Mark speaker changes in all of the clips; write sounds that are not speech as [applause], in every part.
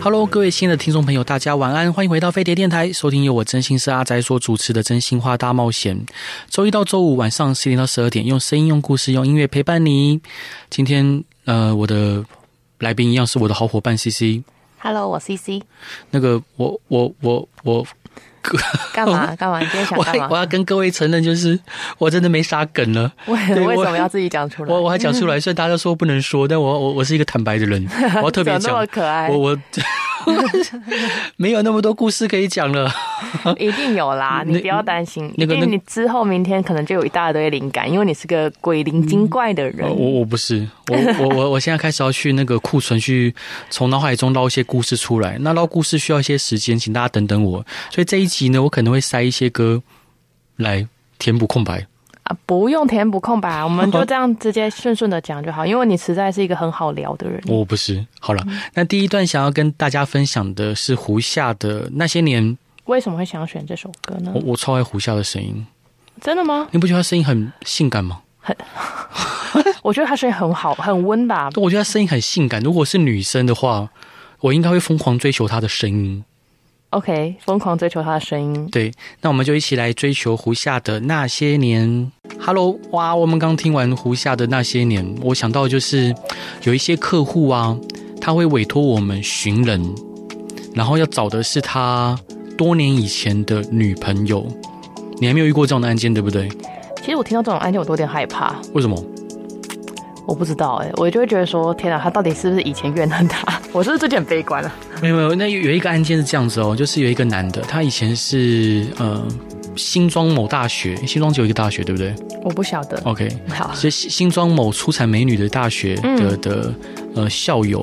Speaker 1: Hello，各位亲爱的听众朋友，大家晚安，欢迎回到飞碟电台，收听由我真心是阿宅所主持的《真心话大冒险》。周一到周五晚上十点到十二点，用声音、用故事、用音乐陪伴你。今天，呃，我的来宾一样是我的好伙伴 CC。
Speaker 2: Hello，我 CC，
Speaker 1: 那个，我我我我，
Speaker 2: 干嘛干嘛？你今天
Speaker 1: 哦
Speaker 2: 想
Speaker 1: 我
Speaker 2: 干
Speaker 1: 还我
Speaker 2: 嘛？
Speaker 1: 要跟各位承认，就是我真的没啥梗了。对
Speaker 2: 为
Speaker 1: 我
Speaker 2: 为什么要自己讲出来？
Speaker 1: 我我还讲出来，虽然大家说不能说，但我我我是一个坦白的
Speaker 2: [laughs]
Speaker 1: 人，我要特别
Speaker 2: 怎
Speaker 1: 讲
Speaker 2: 么那么，可爱
Speaker 1: 我？ [laughs] 我没有那么多故事可以讲了。
Speaker 2: 一定有啦，
Speaker 1: 那
Speaker 2: 你不要担心，
Speaker 1: 那
Speaker 2: 因
Speaker 1: 个
Speaker 2: 为
Speaker 1: 那个
Speaker 2: 你之后明天可能就有一大堆灵感，因为你是个鬼灵精怪的人
Speaker 1: 呃，。我我不是，我我我我现在开始要去那个库存去从脑海中捞一些故事出来。那捞故事需要一些时间，请大家等等我。所以这一集呢，我可能会塞一些歌来填补空白。
Speaker 2: 啊，不用填补空白啊，我
Speaker 1: 哦
Speaker 2: 们就这样直接顺顺的讲就好，因为你实在是一个很好聊的人。
Speaker 1: 我不是，好了，那第一段想要跟大家分享的是胡夏的那些年，
Speaker 2: 为什么会想选这首歌呢
Speaker 1: 我？我超爱胡夏的声音，
Speaker 2: 真的吗？
Speaker 1: 你不觉得他声音很性感吗？
Speaker 2: 我觉得他声音很好，很温吧。
Speaker 1: 我觉得他声音很性感，如果是女生的话，我应该会疯狂追求她的声音。
Speaker 2: OK，疯狂追求他的声音。
Speaker 1: 对，那我们就一起来追求胡夏的那些年。Hello，哇，我们刚听完胡夏的那些年，我想到就是有一些客户啊，他会委托我们寻人，然后要找的是他多年以前的女朋友。你还没有遇过这种的案件，对不对？
Speaker 2: 其实我听到这种案件，我都有点害怕。
Speaker 1: 为什么？
Speaker 2: 我不知道哎、我就会觉得说，天哪，他到底是不是以前怨恨 [laughs] 他？我是不是最近很悲观啊了、
Speaker 1: 没有没有，那有有一个案件是这样子哦，就是有一个男的，他以前是呃新庄某大学，新庄只有一个大学，对不对
Speaker 2: 我不晓得。
Speaker 1: ？OK，
Speaker 2: 好，
Speaker 1: 是新新庄某出产美女的大学的的呃校友，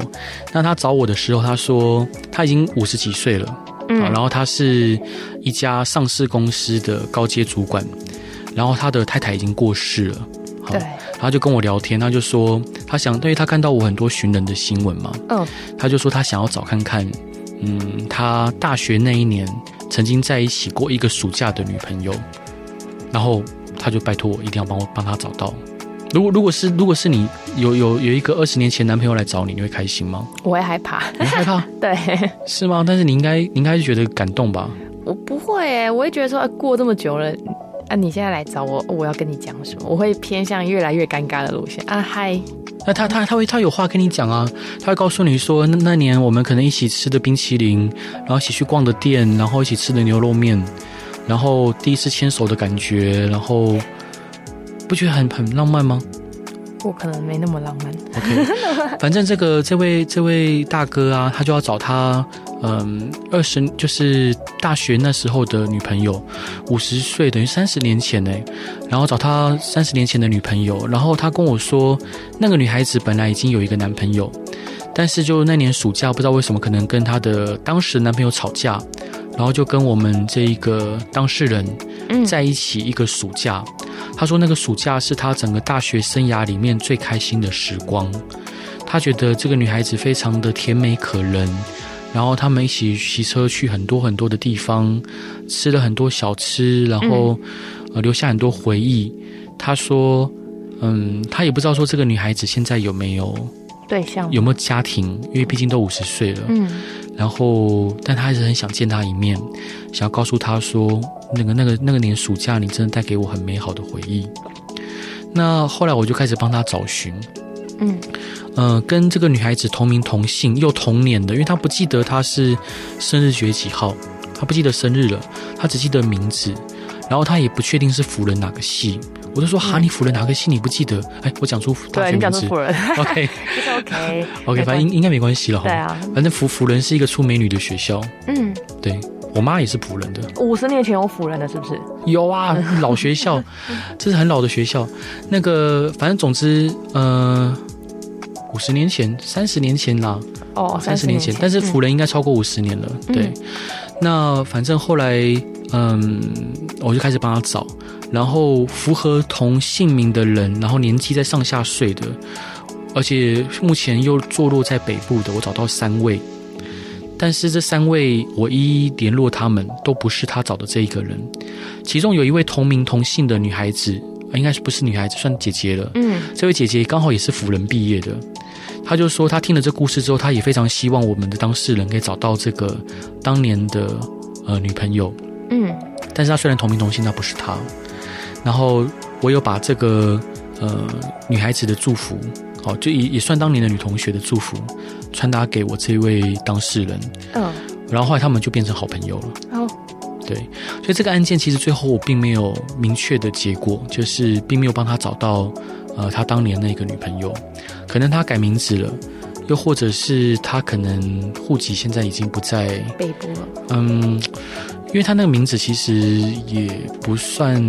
Speaker 1: 那他找我的时候，他说他已经五十几岁了，
Speaker 2: 嗯
Speaker 1: 啊然后他是一家上市公司的高阶主管，然后他的太太已经过世了，好
Speaker 2: 对，
Speaker 1: 他就跟我聊天，他就说他想，因为他看到我很多寻人的新闻嘛，
Speaker 2: 嗯，
Speaker 1: 他就说他想要找看看，嗯，他大学那一年曾经在一起过一个暑假的女朋友，然后他就拜托我一定要帮我帮他找到。如果如果是如果是你有有有一个二十年前男朋友来找你，你会开心吗？
Speaker 2: 我会害怕。 [laughs]
Speaker 1: 你会害怕
Speaker 2: 对，
Speaker 1: 是吗？但是你应该你应该是觉得感动吧？
Speaker 2: 我不会哎、我会觉得说，啊、过这么久了，啊，你现在来找我，我要跟你讲什么？我会偏向越来越尴尬的路线啊。嗨，
Speaker 1: 那他他他会他有话跟你讲啊，他会告诉你说那那年我们可能一起吃的冰淇淋，然后一起去逛的店，然后一起吃的牛肉面，然后第一次牵手的感觉，然后不觉得很很浪漫吗
Speaker 2: 我可能没那么浪漫。
Speaker 1: ？OK，反正这个这位这位大哥啊，他就要找他嗯二十就是大学那时候的女朋友，五十岁等于三十年前呢，然后找他三十年前的女朋友，然后他跟我说，那个女孩子本来已经有一个男朋友，但是就那年暑假不知道为什么，可能跟她的当时男朋友吵架，然后就跟我们这一个当事人
Speaker 2: 嗯
Speaker 1: 在一起一个暑假。他说那个暑假是他整个大学生涯里面最开心的时光，他觉得这个女孩子非常的甜美可人。然后他们一起骑车去很多很多的地方，吃了很多小吃，然后、呃留下很多回忆。他说，嗯，他也不知道说这个女孩子现在有没有
Speaker 2: 嗯对象
Speaker 1: 有没有家庭，因为毕竟都五十岁了。
Speaker 2: 嗯，
Speaker 1: 然后，但他还是很想见他一面，想要告诉他说，那个那个那个年暑假，你真的带给我很美好的回忆。那后来我就开始帮他找寻，
Speaker 2: 嗯，
Speaker 1: 呃，跟这个女孩子同名同姓又同年的，因为他不记得她是生日几月几号，他不记得生日了，他只记得名字，然后他也不确定是辅仁哪个系。我就说哈，你辅仁哪个系你不记得？哎，我讲出大
Speaker 2: 嗯对
Speaker 1: 学
Speaker 2: 你
Speaker 1: 名
Speaker 2: 讲
Speaker 1: 字 [laughs]
Speaker 2: 出夫 [laughs] 人
Speaker 1: ，OK
Speaker 2: 就是 OK。
Speaker 1: OK，
Speaker 2: 没关
Speaker 1: 反正应应该没关系了哈。
Speaker 2: 对啊，
Speaker 1: 反正福福人是一个出美女的学校，
Speaker 2: 嗯，
Speaker 1: 对我妈也是仆人的，
Speaker 2: 五十年前有夫人了，是不是？
Speaker 1: 有啊，老学校，这是很老的学校。那个反正总之，呃，五十年前、三十年前啦，
Speaker 2: 哦，
Speaker 1: 三
Speaker 2: 三
Speaker 1: 十
Speaker 2: 十
Speaker 1: 年
Speaker 2: 年
Speaker 1: 前，但是
Speaker 2: 嗯
Speaker 1: 福人应该超过五十年了。对，那反正后来，嗯，我就开始帮他找，然后符合同姓名的人，然后年纪在上下岁的，而且目前又坐落在北部的，我找到三位，但是这三位我一一联络他们，都不是他找的这一个人，其中有一位同名同姓的女孩子，呃应该是不是女孩子，算姐姐了，
Speaker 2: 嗯，
Speaker 1: 这位姐姐刚好也是辅仁毕业的，她就说她听了这故事之后，她也非常希望我们的当事人可以找到这个当年的呃女朋友，
Speaker 2: 嗯，
Speaker 1: 但是她虽然同名同姓，那不是她。然后我有把这个呃女孩子的祝福，哦，就也也算当年的女同学的祝福，传达给我这位当事人，
Speaker 2: 嗯，
Speaker 1: 然后后来他们就变成好朋友了。
Speaker 2: 哦，
Speaker 1: 对，所以这个案件其实最后我并没有明确的结果，就是并没有帮他找到呃他当年那个女朋友，可能他改名字了，又或者是他可能户籍现在已经不在，
Speaker 2: 被捕了，
Speaker 1: 嗯，因为他那个名字其实也不算，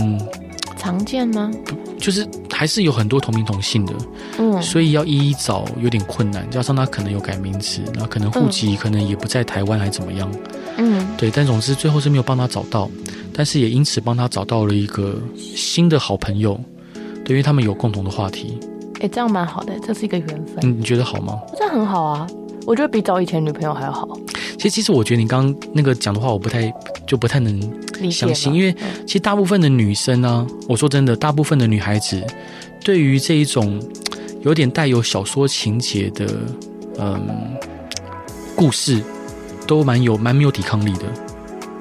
Speaker 2: 常见吗？
Speaker 1: 就是还是有很多同名同姓的，
Speaker 2: 嗯
Speaker 1: 所以要一一找有点困难，加上他可能有改名字，然后可能户籍可能也不在台湾，还怎么样？
Speaker 2: 嗯，
Speaker 1: 对，但总之最后是没有帮他找到，但是也因此帮他找到了一个新的好朋友。对，因为他们有共同的话题，
Speaker 2: 哎，这样蛮好的，这是一个缘分，
Speaker 1: 你你觉得好吗？
Speaker 2: 这很好啊。我觉得比找以前女朋友还要好，
Speaker 1: 其实，其实我觉得你刚刚那个讲的话，我不太就不太能
Speaker 2: 理解吧
Speaker 1: 相信，因为
Speaker 2: 嗯
Speaker 1: 其实大部分的女生呢、我说真的，大部分的女孩子对于这一种有点带有小说情节的嗯故事，都蛮有蛮没有抵抗力的。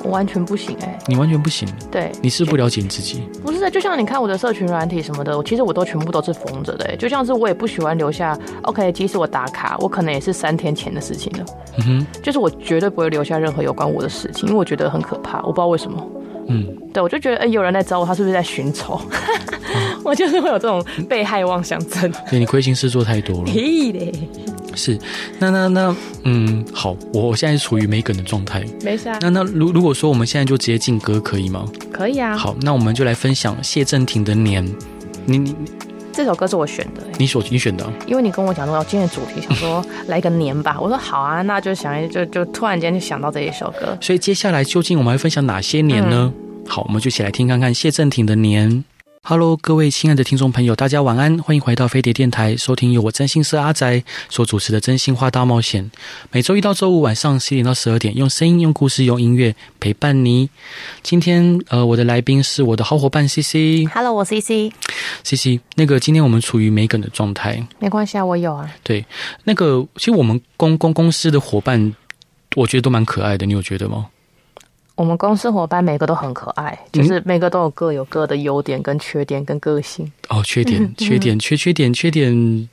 Speaker 2: 我完全不行哎。
Speaker 1: 你完全不行，
Speaker 2: 对，
Speaker 1: 你是不是不了解你自己。
Speaker 2: 不是的，就像你看我的社群软体什么的，我其实我都全部都是封着的欸。就像是我也不喜欢留下，OK，即使我打卡，我可能也是三天前的事情了。
Speaker 1: 嗯哼，
Speaker 2: 就是我绝对不会留下任何有关我的事情，因为我觉得很可怕，我不知道为什么。
Speaker 1: 嗯。
Speaker 2: 对，我就觉得，哎、有人来找我，他是不是在寻仇？
Speaker 1: 嗯
Speaker 2: [laughs] 我就是会有这种被害妄想症。
Speaker 1: 对你亏心事做太多了，
Speaker 2: 屁嘞，
Speaker 1: 是，那那那，嗯，好，我我现在是处于没梗的状态。
Speaker 2: 没事啊，
Speaker 1: 那那如如果说我们现在就直接进歌可以吗？
Speaker 2: 可以啊。
Speaker 1: 好，那我们就来分享谢振廷的《年》，你你
Speaker 2: 这首歌是我选的欸、
Speaker 1: 你所你选的啊、
Speaker 2: 因为你跟我讲说，今天的主题
Speaker 1: [laughs]
Speaker 2: 想说来个年吧，我说好啊，那就想一就就突然间就想到这一首歌。
Speaker 1: 所以接下来究竟我们会分享哪些年呢？好，我们就一起来听看看谢振廷的《年》。Hello，各位亲爱的听众朋友，大家晚安，欢迎回到飞碟电台，收听由我真心社阿宅所主持的《真心话大冒险》，每周一到周五晚上十点到十二点，用声音、用故事、用音乐陪伴你。今天，呃，我的来宾是我的好伙伴 C C
Speaker 2: Hello，我 C C，
Speaker 1: C C。那个，今天我们处于没梗的状态。
Speaker 2: 没关系啊，我有啊。
Speaker 1: 对，那个，其实我们公公公司的伙伴，我觉得都蛮可爱的，你有觉得吗？
Speaker 2: 我们公司伙伴每个都很可爱，
Speaker 1: 嗯
Speaker 2: 就是每个都有各有各的优点跟缺点跟个性。
Speaker 1: 哦，缺
Speaker 2: 嗯
Speaker 1: 点，缺点，缺缺点，缺
Speaker 2: [laughs]
Speaker 1: 点，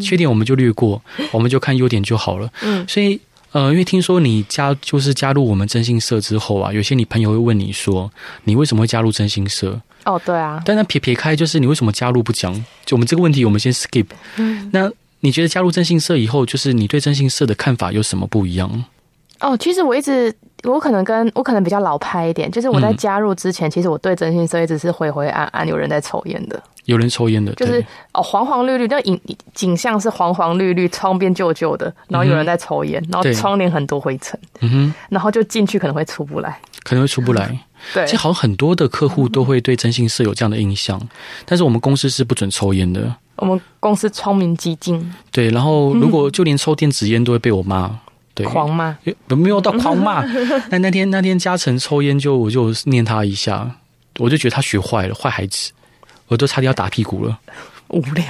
Speaker 1: 缺点我们就略过，我们就看优点就好了。
Speaker 2: 嗯
Speaker 1: 所以，呃，因为听说你加就是加入我们真心社之后啊，有些你朋友会问你说，你为什么会加入真心社？
Speaker 2: 哦，对啊，
Speaker 1: 但那撇撇开，就是你为什么加入不讲？就我们这个问题，我们先 skip。那
Speaker 2: 嗯
Speaker 1: 你觉得加入真心社以后，就是你对真心社的看法有什么不一样？
Speaker 2: 哦，其实我一直，我可能跟我可能比较老派一点，就是我在
Speaker 1: 嗯
Speaker 2: 加入之前，其实我对真心社一直是灰灰暗暗，有人在抽烟的，
Speaker 1: 有人抽烟的，
Speaker 2: 就是
Speaker 1: 对，
Speaker 2: 哦黄黄绿绿，那影景象是黄黄绿绿，窗边旧旧的，然后有人在抽烟，然后
Speaker 1: 嗯对
Speaker 2: 窗帘很多灰尘，
Speaker 1: 嗯哼，
Speaker 2: 然后就进去可能会出不来。
Speaker 1: 可能会出不来。
Speaker 2: 对
Speaker 1: 其实，好像很多的客户都会对真心社有这样的印象，但是我们公司是不准抽烟的。
Speaker 2: 我们公司窗明几净，
Speaker 1: 对，然后如果就连抽电子烟都会被我骂，对，
Speaker 2: 狂嘛，
Speaker 1: 也没有到狂
Speaker 2: [laughs]
Speaker 1: 骂。那那天那天嘉诚抽烟就我就念他一下，我就觉得他学坏了，坏孩子，我都差点要打屁股了。
Speaker 2: 无
Speaker 1: [laughs]
Speaker 2: 聊，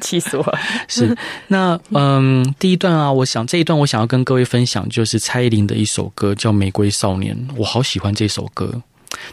Speaker 2: 气死我了。
Speaker 1: 是，那嗯，第一段啊，我想这一段我想要跟各位分享，就是蔡依林的一首歌叫《玫瑰少年》，我好喜欢这首歌。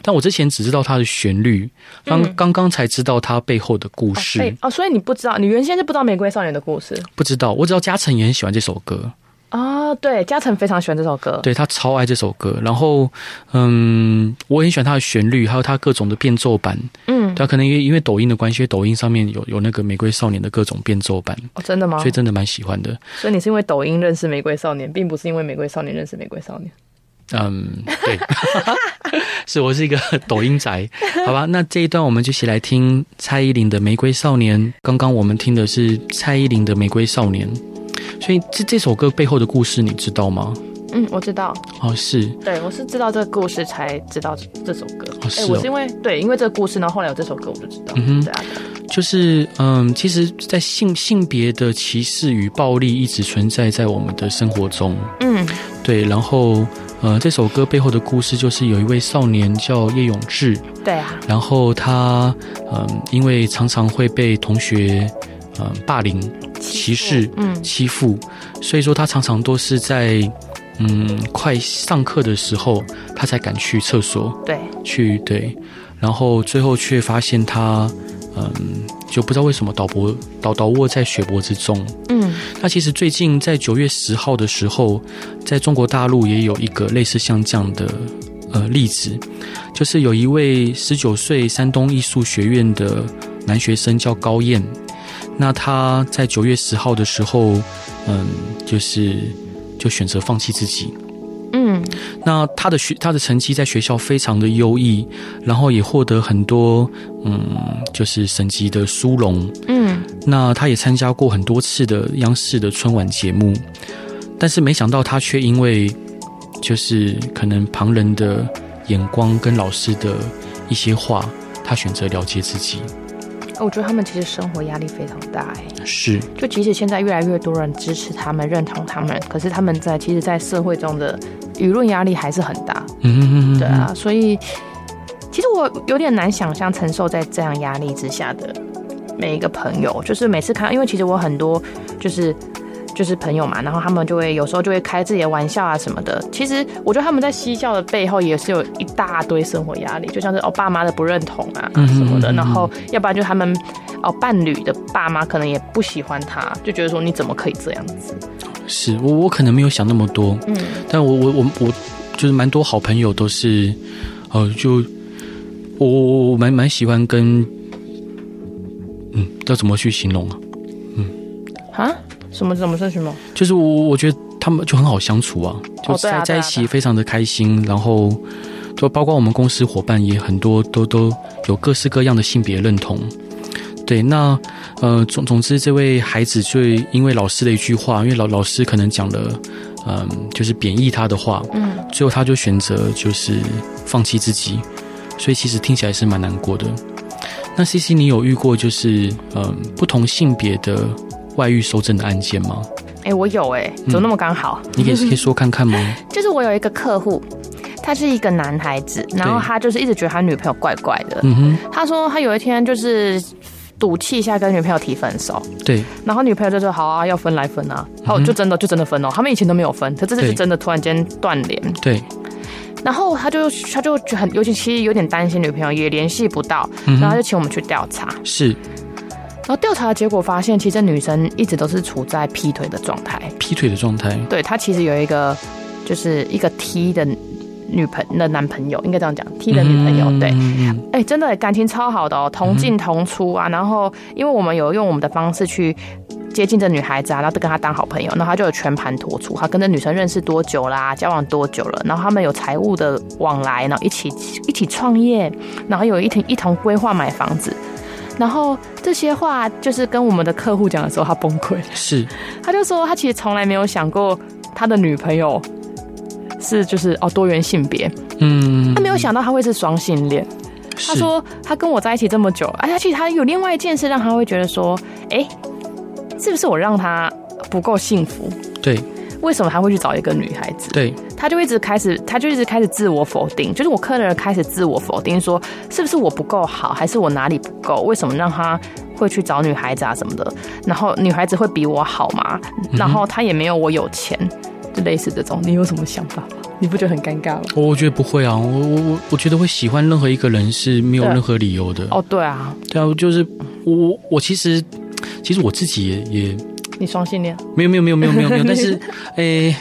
Speaker 1: 但我之前只知道它的旋律，刚刚刚才知道它背后的故
Speaker 2: 嗯哦
Speaker 1: 事，
Speaker 2: 哎哦，所以你不知道，你原先是不知道《玫瑰少年》的故事
Speaker 1: 不知道。我知道嘉诚也很喜欢这首歌，
Speaker 2: 啊、哦？对，嘉诚非常喜欢这首歌。
Speaker 1: 对他超爱这首歌。然后，嗯，我很喜欢它的旋律，还有它各种的变奏版。
Speaker 2: 嗯，
Speaker 1: 他可能因为因为抖音的关系，抖音上面有有那个《玫瑰少年》的各种变奏版，
Speaker 2: 哦，真的吗
Speaker 1: 所以？真的蛮喜欢的。
Speaker 2: 所以你是因为抖音认识玫瑰少年，并不是因为玫瑰少年认识玫瑰少年。
Speaker 1: 嗯，
Speaker 2: [laughs]
Speaker 1: 对，是我是一个 [laughs] 抖音宅，好吧？那这一段我们就一起来听蔡依林的《玫瑰少年》。刚刚我们听的是蔡依林的《玫瑰少年》，所以这这首歌背后的故事你知道吗？
Speaker 2: 嗯，我知道，
Speaker 1: 哦，是
Speaker 2: 对我是知道这个故事才知道这首歌。哎、
Speaker 1: 哦是
Speaker 2: 我
Speaker 1: 哦
Speaker 2: 是因为对，因为这个故事，然后后来有这首歌，我就知道。
Speaker 1: 嗯哼
Speaker 2: 对啊，对啊
Speaker 1: 就是嗯，其实，在性性别的歧视与暴力一直存在在我们的生活中。
Speaker 2: 嗯
Speaker 1: 对，然后呃，这首歌背后的故事就是有一位少年叫叶永志，
Speaker 2: 对啊，
Speaker 1: 然后他嗯、因为常常会被同学嗯、霸凌、歧视、
Speaker 2: 嗯
Speaker 1: 欺负，所以说他常常都是在嗯快上课的时候，他才敢去厕所。
Speaker 2: 对，
Speaker 1: 去对，然后最后却发现他，嗯，就不知道为什么倒脖倒倒卧在血泊之中。
Speaker 2: 嗯
Speaker 1: 那其实最近在九月十号的时候，在中国大陆也有一个类似像这样的呃例子，就是有一位十九岁山东艺术学院的男学生叫高燕，那他在九月十号的时候，嗯，就是就选择放弃自己。
Speaker 2: 嗯
Speaker 1: 那他的学他的成绩在学校非常的优异，然后也获得很多嗯，就是省级的殊荣。
Speaker 2: 嗯，
Speaker 1: 那他也参加过很多次的央视的春晚节目，但是没想到他却因为就是可能旁人的眼光跟老师的一些话，他选择了结自己。
Speaker 2: 哎我觉得他们其实生活压力非常大哎、
Speaker 1: 是，
Speaker 2: 就即使现在越来越多人支持他们、认同他们，可是他们在其实，在社会中的舆论压力还是很大。
Speaker 1: 嗯哼哼哼
Speaker 2: 对，啊，所
Speaker 1: 嗯
Speaker 2: 以其实我有点难想象承受在这样压力之下的每一个朋友，就是每次看，因为其实我很多就是。就是朋友嘛，然后他们就会有时候就会开自己的玩笑啊什么的。其实我觉得他们在嬉笑的背后也是有一大堆生活压力，就像是哦爸妈的不认同啊
Speaker 1: 嗯
Speaker 2: 什么的，
Speaker 1: 嗯嗯嗯
Speaker 2: 然后要不然就他们哦伴侣的爸妈可能也不喜欢他，就觉得说你怎么可以这样子？
Speaker 1: 是我我可能没有想那么多，
Speaker 2: 嗯，
Speaker 1: 但我我我我就是蛮多好朋友都是，呃，就我我我我蛮蛮喜欢跟，嗯，要怎么去形容啊？
Speaker 2: 啊，什么什么社群吗？
Speaker 1: 就是我我我觉得他们就很好相处啊，就
Speaker 2: 哦对
Speaker 1: 在、
Speaker 2: 啊对啊
Speaker 1: 在一
Speaker 2: 对
Speaker 1: 起
Speaker 2: 啊
Speaker 1: 非常的开心，然后就包括我们公司伙伴也很多都都有各式各样的性别认同。对，那呃总总之，这位孩子就因为老师的一句话，因为老老师可能讲了，嗯、就是贬义他的话，
Speaker 2: 嗯，
Speaker 1: 最后他就选择就是放弃自己，所以其实听起来是蛮难过的。那 C C，你有遇过就是嗯、不同性别的外遇收证的案件吗？
Speaker 2: 哎、我有哎、怎么那么刚好？
Speaker 1: 嗯你可以可以说看看吗？
Speaker 2: 就是我有一个客户，他是一个男孩子，然后他就是一直觉得他女朋友怪怪的。
Speaker 1: 嗯
Speaker 2: 他说他有一天就是赌气一下跟女朋友提分手，
Speaker 1: 哼，对，
Speaker 2: 然后女朋友就说好啊，要分来分啊，好
Speaker 1: 嗯哼
Speaker 2: 就真的就真的分哦，他们以前都没有分，他这次
Speaker 1: 对
Speaker 2: 是真的突然间断联，
Speaker 1: 对，
Speaker 2: 然后他就他就很尤其其实有点担心女朋友也联系不到，
Speaker 1: 嗯
Speaker 2: 然后他
Speaker 1: 哼，
Speaker 2: 就请我们去调查，
Speaker 1: 是
Speaker 2: 然后调查的结果发现，其实这女生一直都是处在劈腿的状态，
Speaker 1: 劈腿的状态，
Speaker 2: 对他其实有一个就是一个 T 的女朋的男朋友，应该这样讲，T 的女朋友、对。
Speaker 1: 嗯嗯
Speaker 2: 哎、真的感情超好的哦，同进同出啊。然后，因为我们有用我们的方式去接近这女孩子啊，然后跟她当好朋友，然后她就有全盘托出，她跟这女生认识多久啦，交往多久了，然后他们有财务的往来，然后一起一起创业，然后有一同一同规划买房子。然后这些话就是跟我们的客户讲的时候，他崩溃。
Speaker 1: 是
Speaker 2: 他就说他其实从来没有想过他的女朋友是就是哦多元性别，
Speaker 1: 嗯，
Speaker 2: 他没有想到他会是双性恋。他
Speaker 1: 是
Speaker 2: 说他跟我在一起这么久，而且其实他有另外一件事让他会觉得说，哎、是不是我让他不够幸福？
Speaker 1: 对
Speaker 2: 为什么他会去找一个女孩子？
Speaker 1: 对
Speaker 2: 他就一直开始，他就一直开始自我否定，就是我客人开始自我否定说，是不是我不够好，还是我哪里不够？为什么让他会去找女孩子啊什么的？然后女孩子会比我好吗？然后他也没有我有钱，就类似这种。嗯你有什么想法吗？你不觉得很尴尬吗？
Speaker 1: 我我觉得不会啊，我我我我觉得会喜欢任何一个人是没有
Speaker 2: 对
Speaker 1: 任何理由的。
Speaker 2: 哦，对啊，
Speaker 1: 对啊，我就是我我其实其实我自己也也
Speaker 2: 你双性恋，
Speaker 1: 没有没有没有没有没有
Speaker 2: [laughs]
Speaker 1: 没有，但是诶，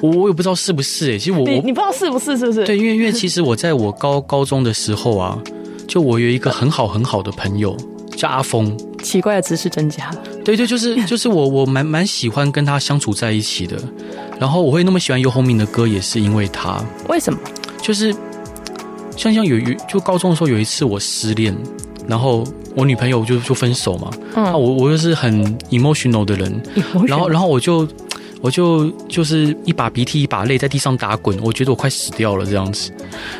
Speaker 1: 我我也不知道是不是诶，其实我
Speaker 2: 你
Speaker 1: 我
Speaker 2: 你不知道是不是是不是？
Speaker 1: 对，因为因为其实我在我高高中的时候啊，就我有一个很好很好的朋友叫阿峰。
Speaker 2: 奇怪的知识增加了。
Speaker 1: 对对，就是就是我我蛮蛮喜欢跟他相处在一起的，然后我会那么喜欢游鸿明的歌，也是因为他，
Speaker 2: 为什么？
Speaker 1: 就是像像有有就高中的时候有一次我失恋，然后我女朋友就就分手嘛，
Speaker 2: 嗯
Speaker 1: 啊我我又是很 emotional 的人，然后然后我就我就就是一把鼻涕一把泪在地上打滚，我觉得我快死掉了这样子，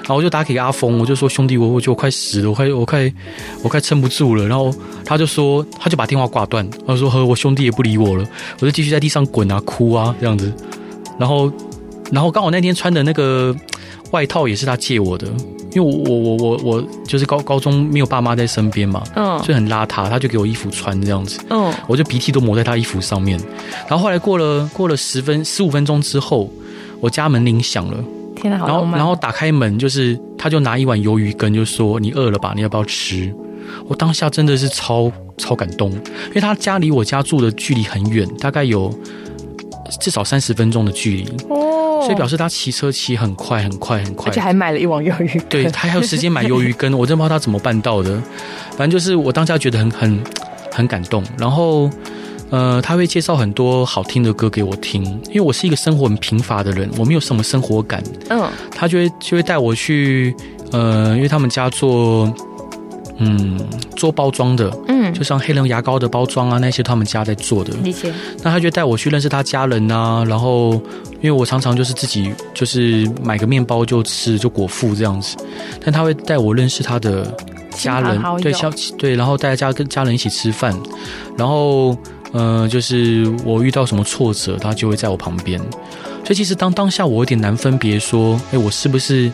Speaker 1: 然后我就打给阿峰，我就说兄弟，我我觉得我快死了，我快我快我快撑不住了，然后他就说他就把电话挂断，他说呵，我兄弟也不理我了，我就继续在地上滚啊哭啊这样子，然后然后刚好那天穿的那个外套也是他借我的，因为我我我我我就是高高中没有爸妈在身边嘛，
Speaker 2: 嗯
Speaker 1: 所以很邋遢，他就给我衣服穿这样子。
Speaker 2: 嗯
Speaker 1: 我就鼻涕都抹在他衣服上面。然后后来过了过了十分十五分钟之后，我家门铃响了，
Speaker 2: 天哪，好
Speaker 1: 然后
Speaker 2: 浪漫。
Speaker 1: 然后打开门就是他就拿一碗鱿鱼羹，就说你饿了吧，你要不要吃？我当下真的是超超感动，因为他家离我家住的距离很远，大概有呃至少三十分钟的距离，
Speaker 2: 哦，
Speaker 1: 所以表示他骑车骑很快很快很快
Speaker 2: 而且。还买了一网鱿鱼。 [laughs]
Speaker 1: 对他还有时间买鱿鱼羹，我真不知道他怎么办到的。反正就是我当下觉得很很很感动，然后呃，他会介绍很多好听的歌给我听，因为我是一个生活很贫乏的人，我没有什么生活感，
Speaker 2: 嗯
Speaker 1: 他就会就会带我去呃，因为他们家做嗯做包装的，
Speaker 2: 嗯，
Speaker 1: 就像黑人牙膏的包装啊那些，他们家在做的，
Speaker 2: 理解。
Speaker 1: 那他就带我去认识他家人啊，然后因为我常常就是自己就是买个面包就吃就果腹这样子，但他会带我认识他的家
Speaker 2: 亲
Speaker 1: 人
Speaker 2: 朋好，友
Speaker 1: 对，像对，然后带家跟家人一起吃饭，然后呃，就是我遇到什么挫折，他就会在我旁边，所以其实当当下我有点难分别说，哎，我是不是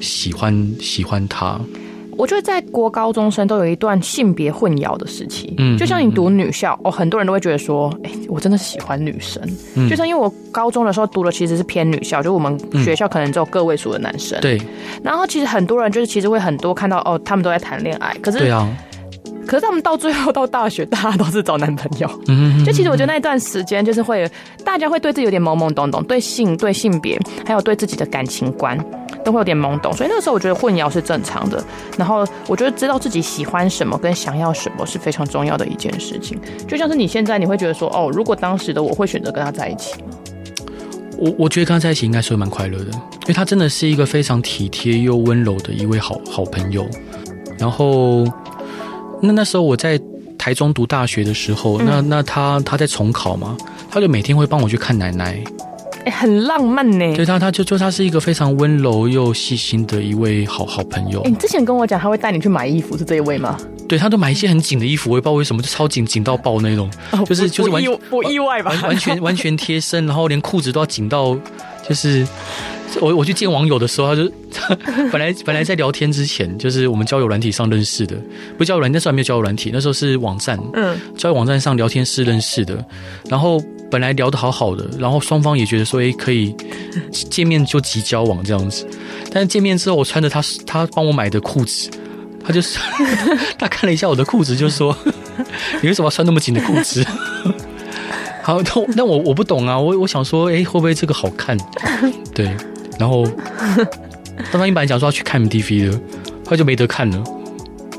Speaker 1: 喜欢喜欢他？
Speaker 2: 我觉得在国高中生都有一段性别混淆的时期，
Speaker 1: 嗯
Speaker 2: 就像你读女校哦，很多人都会觉得说，哎、我真的喜欢女生，
Speaker 1: 嗯
Speaker 2: 就像因为我高中的时候读的其实是偏女校，就我们学校可能只有个位数的男生，
Speaker 1: 嗯对
Speaker 2: 然后其实很多人就是其实会很多看到哦，他们都在谈恋爱，可是、
Speaker 1: 对啊，
Speaker 2: 可是他们到最后到大学，大家都是找男朋友，
Speaker 1: 嗯，
Speaker 2: 就其实我觉得那一段时间就是会，大家会对自己有点懵懵懂懂，对性、对性别，还有对自己的感情观，都会有点懵懂。所以那个时候我觉得混淆是正常的。然后我觉得知道自己喜欢什么跟想要什么是非常重要的一件事情。就像是你现在你会觉得说，哦，如果当时的我会选择跟他在
Speaker 1: [laughs]
Speaker 2: 一起，
Speaker 1: 我我觉得跟他在一起应该是会蛮快乐的，因为他真的是一个非常体贴又温柔的一位好好朋友。然后，那那时候我在台中读大学的时候，那那他他在重考嘛，他就每天会帮我去看奶奶。
Speaker 2: 哎，很浪漫呢。
Speaker 1: 对他，他就就他是一个非常温柔又细心的一位好好朋友
Speaker 2: 哎，。你之前跟我讲他会带你去买衣服，是这一位吗？
Speaker 1: 对他都买一些很紧的衣服，我也不知道为什么，就超紧紧到爆那种，就是
Speaker 2: 不
Speaker 1: 就是
Speaker 2: 不
Speaker 1: 完
Speaker 2: 意不意外吧
Speaker 1: 完？完全完全贴身，然后连裤子都要紧到，就是我我去见网友的时候，他就 [laughs] 本来本来在聊天之前，就是我们交友软体上认识的，不是交友软体，那时候还没有交友软体，那时候是网站，
Speaker 2: 嗯，
Speaker 1: 交友网站上聊天室认识的，然后本来聊得好好的，然后双方也觉得说，诶，可以见面就即交往这样子，但是见面之后，我穿着他他帮我买的裤子。他就是 [laughs] 他看了一下我的裤子，就说：“ [laughs] 你为什么要穿那么紧的裤子？” [laughs] 好，那我那我我不懂啊，我我想说，哎、会不会这个好看？对，然后当当一本来讲说要去看 MTV 的，他就没得看了，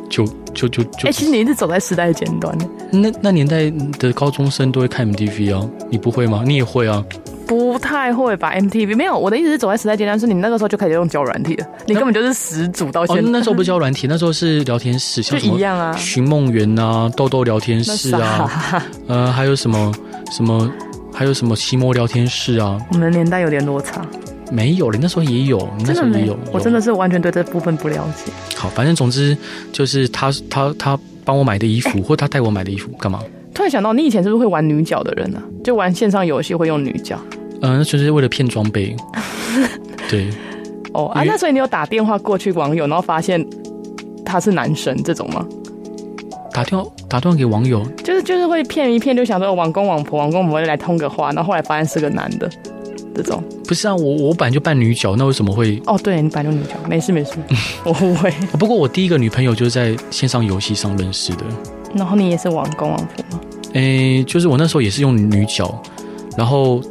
Speaker 1: 就就就就
Speaker 2: 哎，其实你一直走在时代的尖端呢。
Speaker 1: 那那年代的高中生都会看 MTV 啊，你不会吗？你也会啊？
Speaker 2: 不太会吧？MTV 没有，我的意思是走在时代阶段，是你那个时候就开始用交友软体了，你根本就是始祖到现
Speaker 1: 哦，
Speaker 2: 在。
Speaker 1: 那时候不是交软
Speaker 2: [laughs]
Speaker 1: 体，那时候是聊天室，像
Speaker 2: 就
Speaker 1: 什么
Speaker 2: 一样啊
Speaker 1: 寻梦园啊、豆豆聊天
Speaker 2: 那
Speaker 1: 室啊，
Speaker 2: 啥，
Speaker 1: 呃，还有什么什么，还有什么期末聊天室啊？
Speaker 2: 我们的年代有点落差，
Speaker 1: 没有了，你那时候也有，你那
Speaker 2: 真
Speaker 1: 时
Speaker 2: 的
Speaker 1: 候也
Speaker 2: 没
Speaker 1: 有，有
Speaker 2: 我真的是完全对这部分不了解。
Speaker 1: 好，反正总之就是他他他帮我买的衣
Speaker 2: [laughs]
Speaker 1: 服，或他带我买的衣服干嘛？
Speaker 2: 突然想到，你以前是不是会玩女角的人啊？就玩线上游戏会用女角
Speaker 1: 嗯、那就是为了骗装
Speaker 2: [laughs]
Speaker 1: 备。对，
Speaker 2: 哦啊？
Speaker 1: 因为
Speaker 2: 那所以你有打电话过去网友，然后发现他是男生这种吗？
Speaker 1: 打电话打电话给网友，
Speaker 2: 就是就是会骗一骗，就想说网公网婆，网公网婆来通个话，然后后来发现是个男的，这种。
Speaker 1: 不是啊，我我本来就扮女角，那为什么会？
Speaker 2: 哦，对你本来就女角，没事没
Speaker 1: [laughs]
Speaker 2: 事，我不会。
Speaker 1: 不过我第一个女朋友就是在线上游戏上认识的，
Speaker 2: 然后你也是王公王婆吗？
Speaker 1: 诶、就是我那时候也是用女角，然后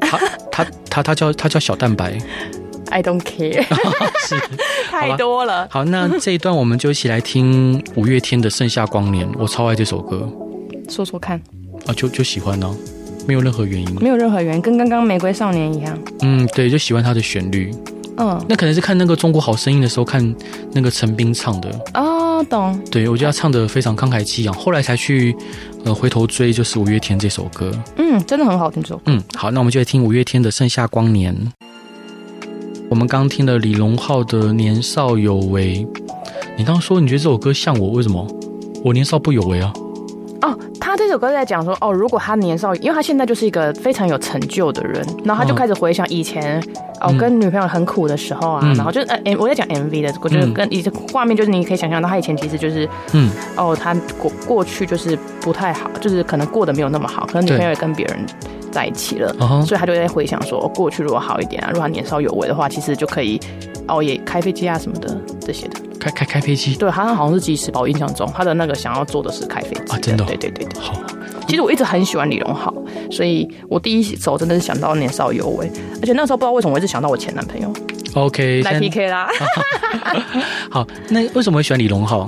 Speaker 1: 她她她她叫她叫小蛋白，
Speaker 2: I don't [laughs] care，
Speaker 1: 是。
Speaker 2: 太多了。
Speaker 1: [laughs] 好，那这一段我们就一起来听五月天的《盛夏光年》，我超爱这首歌
Speaker 2: 说说看，
Speaker 1: 啊，就就喜欢呢、没有任何原因。
Speaker 2: 没有任何原因，跟刚刚《玫瑰少年》一样。
Speaker 1: 嗯，对，就喜欢它的旋律。
Speaker 2: 嗯，
Speaker 1: 那可能是看那个《中国好声音》的时候看那个陈冰唱的，
Speaker 2: 哦，哦，懂。
Speaker 1: 对我觉得他唱的非常慷慨激昂，后来才去呃回头追就是五月天这首歌。
Speaker 2: 嗯，真的很好听这首歌。
Speaker 1: 嗯，好，那我们就来听五月天的《盛夏光年》。我们刚听了李荣浩的《年少有为》，你刚刚说你觉得这首歌像我，为什么？我年少不有为啊。
Speaker 2: 哦，他这首歌在讲说，哦，如果他年少，因为他现在就是一个非常有成就的人，然后他就
Speaker 1: 嗯
Speaker 2: 开始回想以前，哦，
Speaker 1: 嗯
Speaker 2: 跟女朋友很苦的时候啊，
Speaker 1: 嗯
Speaker 2: 然后就是呃，诶我在讲 MV 的，我觉得
Speaker 1: 嗯
Speaker 2: 跟以前画面就是你可以想象到他以前其实就是，
Speaker 1: 嗯，
Speaker 2: 哦，他过过去就是不太好，就是可能过得没有那么好，可能女
Speaker 1: 对
Speaker 2: 朋友也跟别人在一起了。
Speaker 1: 啊哈，
Speaker 2: 所以他就在回想说，哦过去如果好一点啊，如果他年少有为的话，其实就可以，哦，也开飞机啊什么的这些的。
Speaker 1: 开开开飞机，
Speaker 2: 对，他好像是即时吧，我印象中他的那个想要做的是开飞机
Speaker 1: 啊真的哦
Speaker 2: 对对对对。
Speaker 1: 好，
Speaker 2: 其实我一直很喜欢李荣浩，所以我第一首真的是想到年少有为，而且那时候不知道为什么我一直想到我前男朋友
Speaker 1: OK，
Speaker 2: 来
Speaker 1: 现在
Speaker 2: PK 啦。
Speaker 1: 好，那为什么会喜欢李荣浩？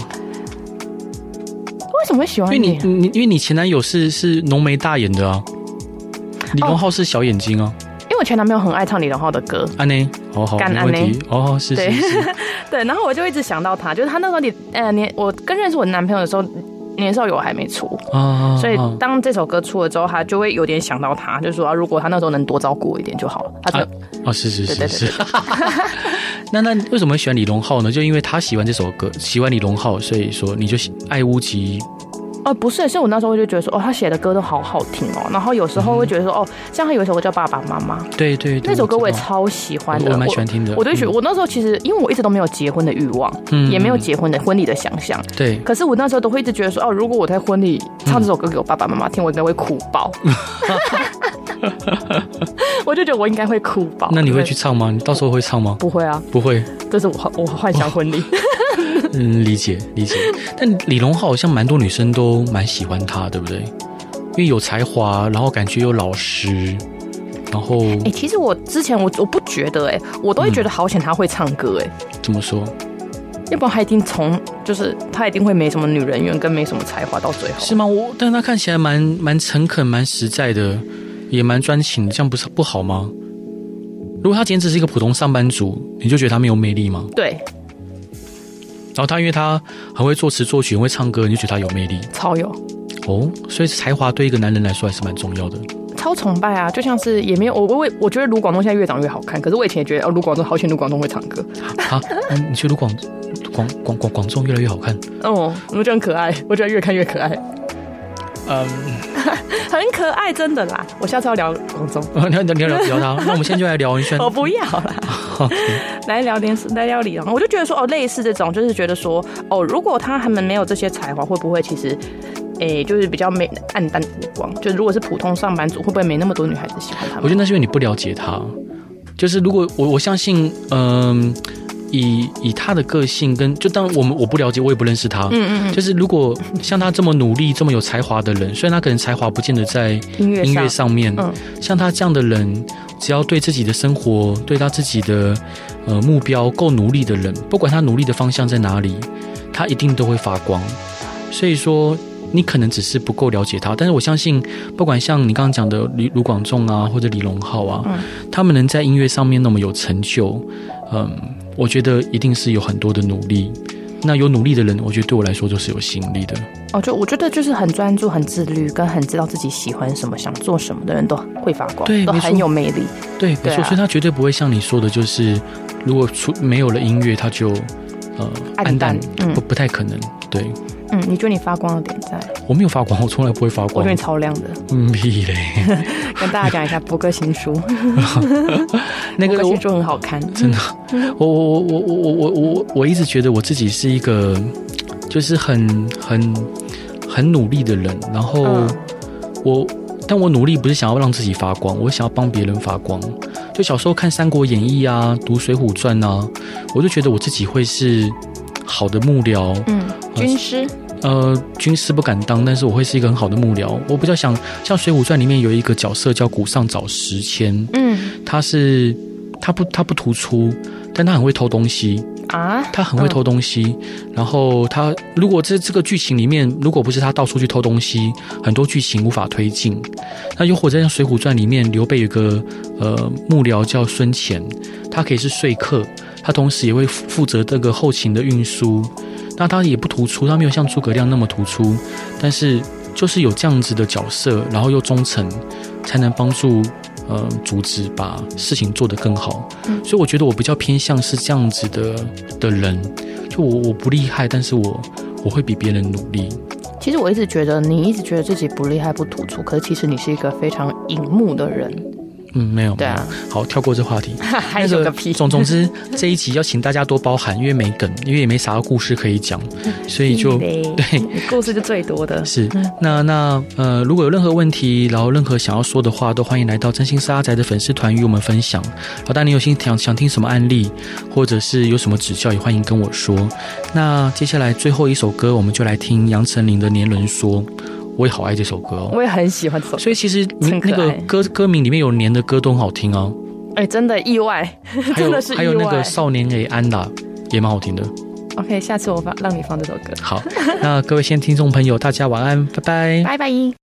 Speaker 2: 为什么会喜
Speaker 1: 因
Speaker 2: 欢
Speaker 1: 为你
Speaker 2: 你？
Speaker 1: 你因为你前男友是是浓眉大眼的啊，李荣浩是小眼睛啊，
Speaker 2: 因为我前男朋友很爱唱李荣浩的
Speaker 1: [laughs]
Speaker 2: 歌，
Speaker 1: 安内，哦好，
Speaker 2: 干
Speaker 1: 没问题，哦是
Speaker 2: 对
Speaker 1: 是是，
Speaker 2: 对，然后我就一直想到他，就是他那时候你呃年我刚认识我男朋友的时候。年少有为还没出，
Speaker 1: 啊，
Speaker 2: 所以
Speaker 1: 啊
Speaker 2: 当这首歌出了之后，他就会有点想到他，就说啊，如果他那时候能多照顾我一点就好了。他
Speaker 1: 啊
Speaker 2: 就
Speaker 1: 哦是是
Speaker 2: 呃对对
Speaker 1: 是
Speaker 2: 对
Speaker 1: 是， [laughs] 那那为什么会喜欢李荣浩呢？就因为他喜欢这首歌，喜欢李荣浩，所以说你就喜爱屋及
Speaker 2: 哦，不是，是我那时候就觉得说，哦，他写的歌都好好听哦，然后有时候会觉得说，哦，像他有一首歌叫《爸爸妈妈》，
Speaker 1: 对对对，
Speaker 2: 那首歌我也
Speaker 1: 知道
Speaker 2: 超喜欢
Speaker 1: 嗯我
Speaker 2: 的，
Speaker 1: 我蛮喜欢听的，
Speaker 2: 我对觉得
Speaker 1: 嗯
Speaker 2: 我那时候其实，因为我一直都没有结婚的欲望，
Speaker 1: 嗯
Speaker 2: 也没有
Speaker 1: 嗯
Speaker 2: 结婚的婚礼的想象。
Speaker 1: 对，
Speaker 2: 可是我那时候都会一直觉得说，哦，如果我在婚礼唱这首歌给我爸爸妈妈听，我应该会哭
Speaker 1: [laughs]
Speaker 2: 爆。我就觉得我应该会哭爆。
Speaker 1: 那你会
Speaker 2: 对
Speaker 1: 去？唱吗？你到时候会唱吗？
Speaker 2: 不会啊，
Speaker 1: 不会，
Speaker 2: 这是我幻我幻想婚礼。
Speaker 1: 嗯，理解理
Speaker 2: [laughs]
Speaker 1: 解。但李荣浩好像蛮多女生都蛮喜欢他，对不对？因为有才华，然后感觉又老实，然后
Speaker 2: 哎、其实我之前我我不觉得哎、我都会觉得好险他会唱歌哎、
Speaker 1: 怎么说？
Speaker 2: 要不然他一定从就是他一定会没什么女人缘跟没什么才华到最后。
Speaker 1: 是吗？我但他看起来蛮蛮诚恳、蛮实在的，也蛮专情的，这样不是不好吗？如果他今天只是一个普通上班族，你就觉得他没有魅力吗？
Speaker 2: 对，
Speaker 1: 然后他因为他很会作词作曲，很会唱歌，你就觉得他有魅力
Speaker 2: 超有。
Speaker 1: 哦。所以才华对一个男人来说还是蛮重要的。
Speaker 2: 超崇拜啊，就像是也没有我我我觉得卢广仲现在越长越好看，可是我以前也觉得哦，卢广仲好喜欢卢广仲会唱歌，
Speaker 1: 啊，嗯你去卢广广广广广众越来越好看。
Speaker 2: 哦，我觉得很可爱，我觉得越看越可爱，
Speaker 1: [laughs] 嗯。
Speaker 2: 很可爱，真的啦。我下次要聊广仲，
Speaker 1: 啊，聊聊聊聊聊他。那我们现在就来聊一
Speaker 2: [laughs]
Speaker 1: 下
Speaker 2: 我哦不要啦，
Speaker 1: [laughs]
Speaker 2: 来聊点来聊李荣，我就觉得说哦，类似这种就是觉得说哦，如果他还们没有这些才华，会不会其实？诶、就是比较没暗淡无光，就如果是普通上班族，会不会没那么多女孩子喜欢他
Speaker 1: 我觉
Speaker 2: 们？
Speaker 1: 得那是因为你不了解他。就是如果我我相信，嗯、以以他的个性跟就当然我们我不了解，我也不认识他。
Speaker 2: 嗯嗯
Speaker 1: 就是如果像他这么努力、这么有才华的人，虽然他可能才华不见得在
Speaker 2: 嗯，音乐
Speaker 1: 音
Speaker 2: 上
Speaker 1: 乐上面，
Speaker 2: 嗯
Speaker 1: 像他这样的人，只要对自己的生活、对他自己的呃目标够努力的人，不管他努力的方向在哪里，他一定都会发光。所以说，你可能只是不够了解他，但是我相信，不管像你刚刚讲的李卢广仲啊，或者李荣浩啊，
Speaker 2: 嗯
Speaker 1: 他们能在音乐上面那么有成就，嗯，我觉得一定是有很多的努力。那有努力的人，我觉得对我来说就是有吸引力的。
Speaker 2: 哦，就我觉得就是很专注、很自律，跟很知道自己喜欢什么、想做什么的人都会发光，
Speaker 1: 对
Speaker 2: 都
Speaker 1: 没错
Speaker 2: 很有魅力。
Speaker 1: 对，没
Speaker 2: 对
Speaker 1: 错，
Speaker 2: 啊
Speaker 1: 所以他绝对不会像你说的，就是如果出没有了音乐，他就呃
Speaker 2: 暗淡嗯
Speaker 1: 不不太可能。对
Speaker 2: 嗯，你觉得你发光的点在？
Speaker 1: 我没有发光，我从来不会发
Speaker 2: 我
Speaker 1: 光
Speaker 2: 觉得你。超亮的。
Speaker 1: 嗯，屁嘞，
Speaker 2: [laughs] 跟大家讲一下，博哥新书，
Speaker 1: [laughs] 那
Speaker 2: 博
Speaker 1: 个
Speaker 2: 哥
Speaker 1: 我
Speaker 2: 新书很好看，
Speaker 1: 真的，我我我我我我我我一直觉得我自己是一个就是很很很努力的人，然后
Speaker 2: 嗯
Speaker 1: 我。但我努力不是想要让自己发光，我想要帮别人发光。就小时候看《三国演义》啊，读《水浒传》啊，我就觉得我自己会是好的幕僚，
Speaker 2: 嗯，军师，
Speaker 1: 呃，军师不敢当，但是我会是一个很好的幕僚。我比较想像《水浒传》里面有一个角色叫古上早时迁，
Speaker 2: 嗯
Speaker 1: 他是他不他不突出，但他很会偷东西，
Speaker 2: 啊，
Speaker 1: 他很会偷东西。然后他如果这这个剧情里面，如果不是他到处去偷东西，很多剧情无法推进。那又或者像《水浒传》里面，刘备有个呃幕僚叫孙乾，他可以是说客，他同时也会负负责这个后勤的运输。那他也不突出，他没有像诸葛亮那么突出，但是就是有这样子的角色，然后又忠诚，才能帮助呃组织把事情做得更好。
Speaker 2: 嗯
Speaker 1: 所以我觉得我比较偏向是这样子的的人，就我我不厉害，但是我我会比别人努力。
Speaker 2: 其实我一直觉得你一直觉得自己不厉害不突出，可是其实你是一个非常荧幕的人。
Speaker 1: 嗯，没有，
Speaker 2: 对啊
Speaker 1: 没有，好，跳过这话题。
Speaker 2: [laughs] 还有个屁！
Speaker 1: 总总之，这一集要请大家多包涵，因为没梗，因为也没啥故事可以
Speaker 2: [laughs]
Speaker 1: 讲，所以就
Speaker 2: 对，故事是最多 [laughs] 的。
Speaker 1: 是那那呃，如果有任何问题，然后任何想要说的话，都欢迎来到真心是阿宅的粉丝团与我们分享。好，当然你有心想想听什么案例，或者是有什么指教，也欢迎跟我说。那接下来最后一首歌，我们就来听杨丞琳的《年轮说》，我也好爱这首歌哦。
Speaker 2: 我也很喜欢这首，
Speaker 1: 所以其实你
Speaker 2: 很可
Speaker 1: 那个
Speaker 2: 爱
Speaker 1: 歌歌名里面有年的歌都很好听
Speaker 2: [laughs]
Speaker 1: 哦，
Speaker 2: 哎、真的意外，
Speaker 1: 还有
Speaker 2: 真的是意外。
Speaker 1: 还有那个少年给安达也蛮好听的。
Speaker 2: OK，下次我放让你放这首歌，嗯
Speaker 1: 好，那各位先听众朋友，大家晚安，拜拜。
Speaker 2: 拜拜。